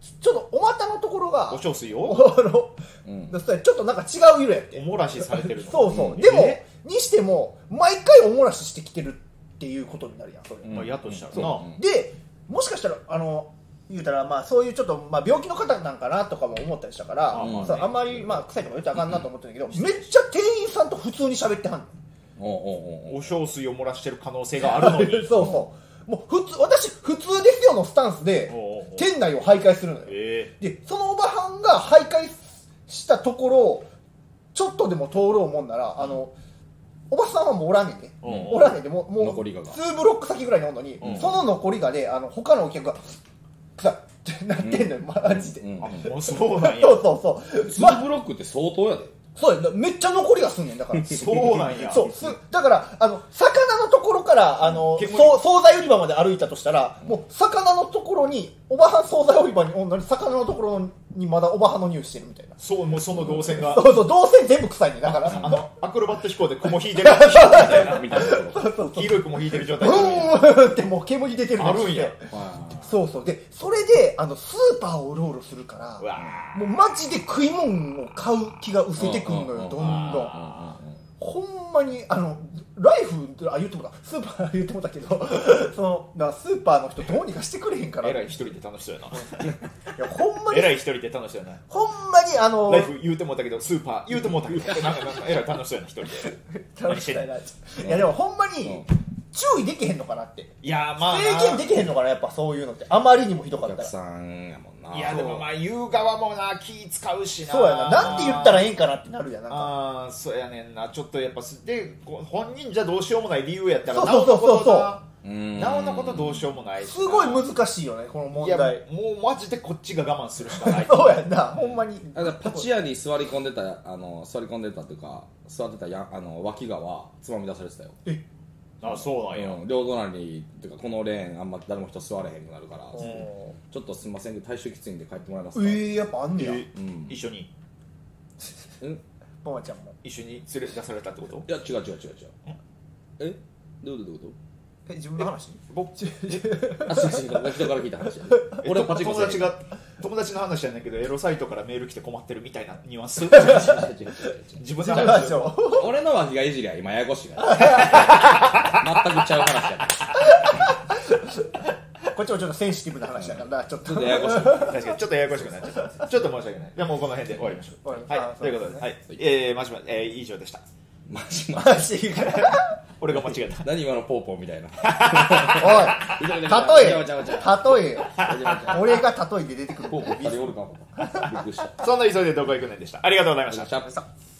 Speaker 3: ちちょっとお股のところが
Speaker 2: お小水
Speaker 3: お
Speaker 2: を
Speaker 3: [LAUGHS] あの
Speaker 1: うん
Speaker 3: だからちょっとなんか違う色やって
Speaker 2: お漏らしされてるの
Speaker 3: そうそう、
Speaker 1: うん
Speaker 3: でも
Speaker 2: え
Speaker 3: にしても毎回お漏らししてきてるっていうことになるやんそれ、
Speaker 1: うん
Speaker 2: まあやとしたら
Speaker 1: そう
Speaker 2: な
Speaker 3: でもしかしたらあの言うたらまあそういうちょっとまあ病気の方なんかなとかも思ったりしたから
Speaker 2: あ
Speaker 3: そ
Speaker 1: まあ
Speaker 3: う
Speaker 1: ね
Speaker 3: あ,、んまりまあ臭いとか言ってあかんなと思ってるけど、めっちゃ店員さんと普通に喋ってはんねん
Speaker 1: おうおうおう
Speaker 2: お小水を漏らしてる可能性があるのに
Speaker 3: そうそうもう普通私普通ですよのスタンスで
Speaker 2: おうおうおう
Speaker 3: 店内を徘徊するのよ
Speaker 2: え
Speaker 3: でそのおばはんが徘徊したところちょっとでも通ろうもんならあのおばさんはもうおらんねんね
Speaker 2: うん
Speaker 3: おらんねんでもうもう
Speaker 1: 残りがが
Speaker 3: 2ブロック先ぐらいにおんのに、
Speaker 2: うん
Speaker 3: その残りがであの他のお客が「臭い」ってなってんのよ、マジで、
Speaker 1: うん
Speaker 2: あもうそうなんや
Speaker 3: そうそうそう、
Speaker 1: 2
Speaker 3: ま、
Speaker 1: ブロックって相当やで
Speaker 3: そうやめっちゃ残りがすんねんだから
Speaker 2: そうなんや
Speaker 3: そうすだからあの魚のところからあの
Speaker 2: 煙
Speaker 3: そう惣菜売り場まで歩いたとしたらもう魚のところにおばはん惣菜売り場におんのに魚のところにまだおばはんの匂いしてるみたいな
Speaker 2: そうもうその動線が
Speaker 3: そうそうどうせ全部臭いねんだから
Speaker 2: あのアクロバット飛行で雲引いてるみたいな
Speaker 1: みたいなとこ
Speaker 3: そうそうそう
Speaker 2: 黄色い雲引いてる状態
Speaker 3: ブ
Speaker 2: でね
Speaker 3: ー [LAUGHS] ンってもう煙出てる
Speaker 2: あるんや
Speaker 1: ろは
Speaker 3: そうそうでそれであのスーパーをうろうろするから
Speaker 2: うわ
Speaker 3: もうマジで食い物を買う気が失せてくんの
Speaker 1: うんうんう
Speaker 3: よ
Speaker 1: ん
Speaker 3: どんどん
Speaker 1: い
Speaker 3: ほんまにあのライフあ言ってもたスー [LAUGHS] パー言ってもたけどそのなスーパーの人どうにかしてくれへんか
Speaker 2: ー
Speaker 3: ら
Speaker 2: えらい一人で楽しそうやない
Speaker 3: やほんま
Speaker 2: え
Speaker 3: に
Speaker 2: らい一人で楽しそうやな
Speaker 3: ほんまにあの
Speaker 2: ライフ言うてもうたけどスーパー言うてもうたけどなんかなんかえらい楽しそうやな一人で
Speaker 3: 楽しみたいないやでもほんまに注意できへんのかなって
Speaker 2: いやまあな
Speaker 3: 制限できへんのかなやっぱそういうのってあまりにもひどか
Speaker 1: お
Speaker 3: った
Speaker 1: 客
Speaker 3: ら
Speaker 1: さんやもんない
Speaker 2: やでもまあ言う側もな気使うしな
Speaker 3: そうやななんて言ったらええんかなってなるやんなんか
Speaker 2: ああそうやねんなちょっとやっぱすでこう本人じゃどうしようもない理由やったら
Speaker 3: そうそうそうそうそう
Speaker 1: うん
Speaker 2: なおのことなおのことどうしようもないし
Speaker 3: す
Speaker 2: な
Speaker 3: ごい難しいよねこの問
Speaker 2: いや
Speaker 3: 題
Speaker 2: もうマジでこっちが我慢するしかない
Speaker 3: [LAUGHS] そうやんなほんまに
Speaker 1: あだからパチ屋に座り込んでたあの座り込んでたというか座ってたやあの脇川つまみ出されてたよ、
Speaker 2: あそうなんや、
Speaker 1: うん、両隣っていうかこのレーンあんま誰も人座れへんくなるから、
Speaker 3: うん
Speaker 1: ちょっとすみませんけど体臭きついんで帰ってもらえますか、
Speaker 3: ええやっぱあんねや
Speaker 2: え
Speaker 1: うん
Speaker 2: 一緒に
Speaker 1: え
Speaker 3: ママちゃんも
Speaker 2: 一緒に連れ出されたってこと
Speaker 1: いや違う違う違う違うえどういうことどういうこ
Speaker 3: え自分の話
Speaker 2: 僕
Speaker 1: とあ違う違う人から聞いた話や俺
Speaker 2: 俺
Speaker 1: はパチンコ
Speaker 2: 友
Speaker 1: せえへん
Speaker 2: 達が友達の話やねんけどエロサイトからメール来て困ってるみたいなニュアンス
Speaker 1: 違う違う違う違う
Speaker 2: [LAUGHS] 自分
Speaker 3: 自
Speaker 2: の
Speaker 3: 分の
Speaker 2: 話
Speaker 3: 話
Speaker 2: を
Speaker 3: を
Speaker 1: 俺の脇がいじりは今ややこしいから全くちゃう話やから
Speaker 3: こっちもちょっとセンシティブな話だからなちょっ
Speaker 1: ち
Speaker 3: と [LAUGHS]
Speaker 1: ょっとややこしいから
Speaker 2: 確かにちょっとややこしくなっちゃったちょっと申し訳ないじゃあもうこの辺で終わりましょ
Speaker 3: 終わり
Speaker 2: う
Speaker 3: ましょう
Speaker 2: は
Speaker 3: あ
Speaker 2: いということで、
Speaker 3: そうですね
Speaker 2: はいえー、まじまじ、えー、以上でした
Speaker 1: マジマジ
Speaker 3: 話が
Speaker 2: 俺が間違えた
Speaker 1: 何今のポーポーみたいな
Speaker 3: おい
Speaker 1: 例
Speaker 3: 例え
Speaker 1: ちゃうちゃうちゃう
Speaker 3: 例
Speaker 1: [LAUGHS]
Speaker 3: えよ
Speaker 1: ちゃうちゃう
Speaker 3: 俺が例えで出てくる
Speaker 1: ポーポー二人おるかもびっくりした
Speaker 2: そんな急いでどこ行くねんでしたありがとうございました
Speaker 1: シャープさん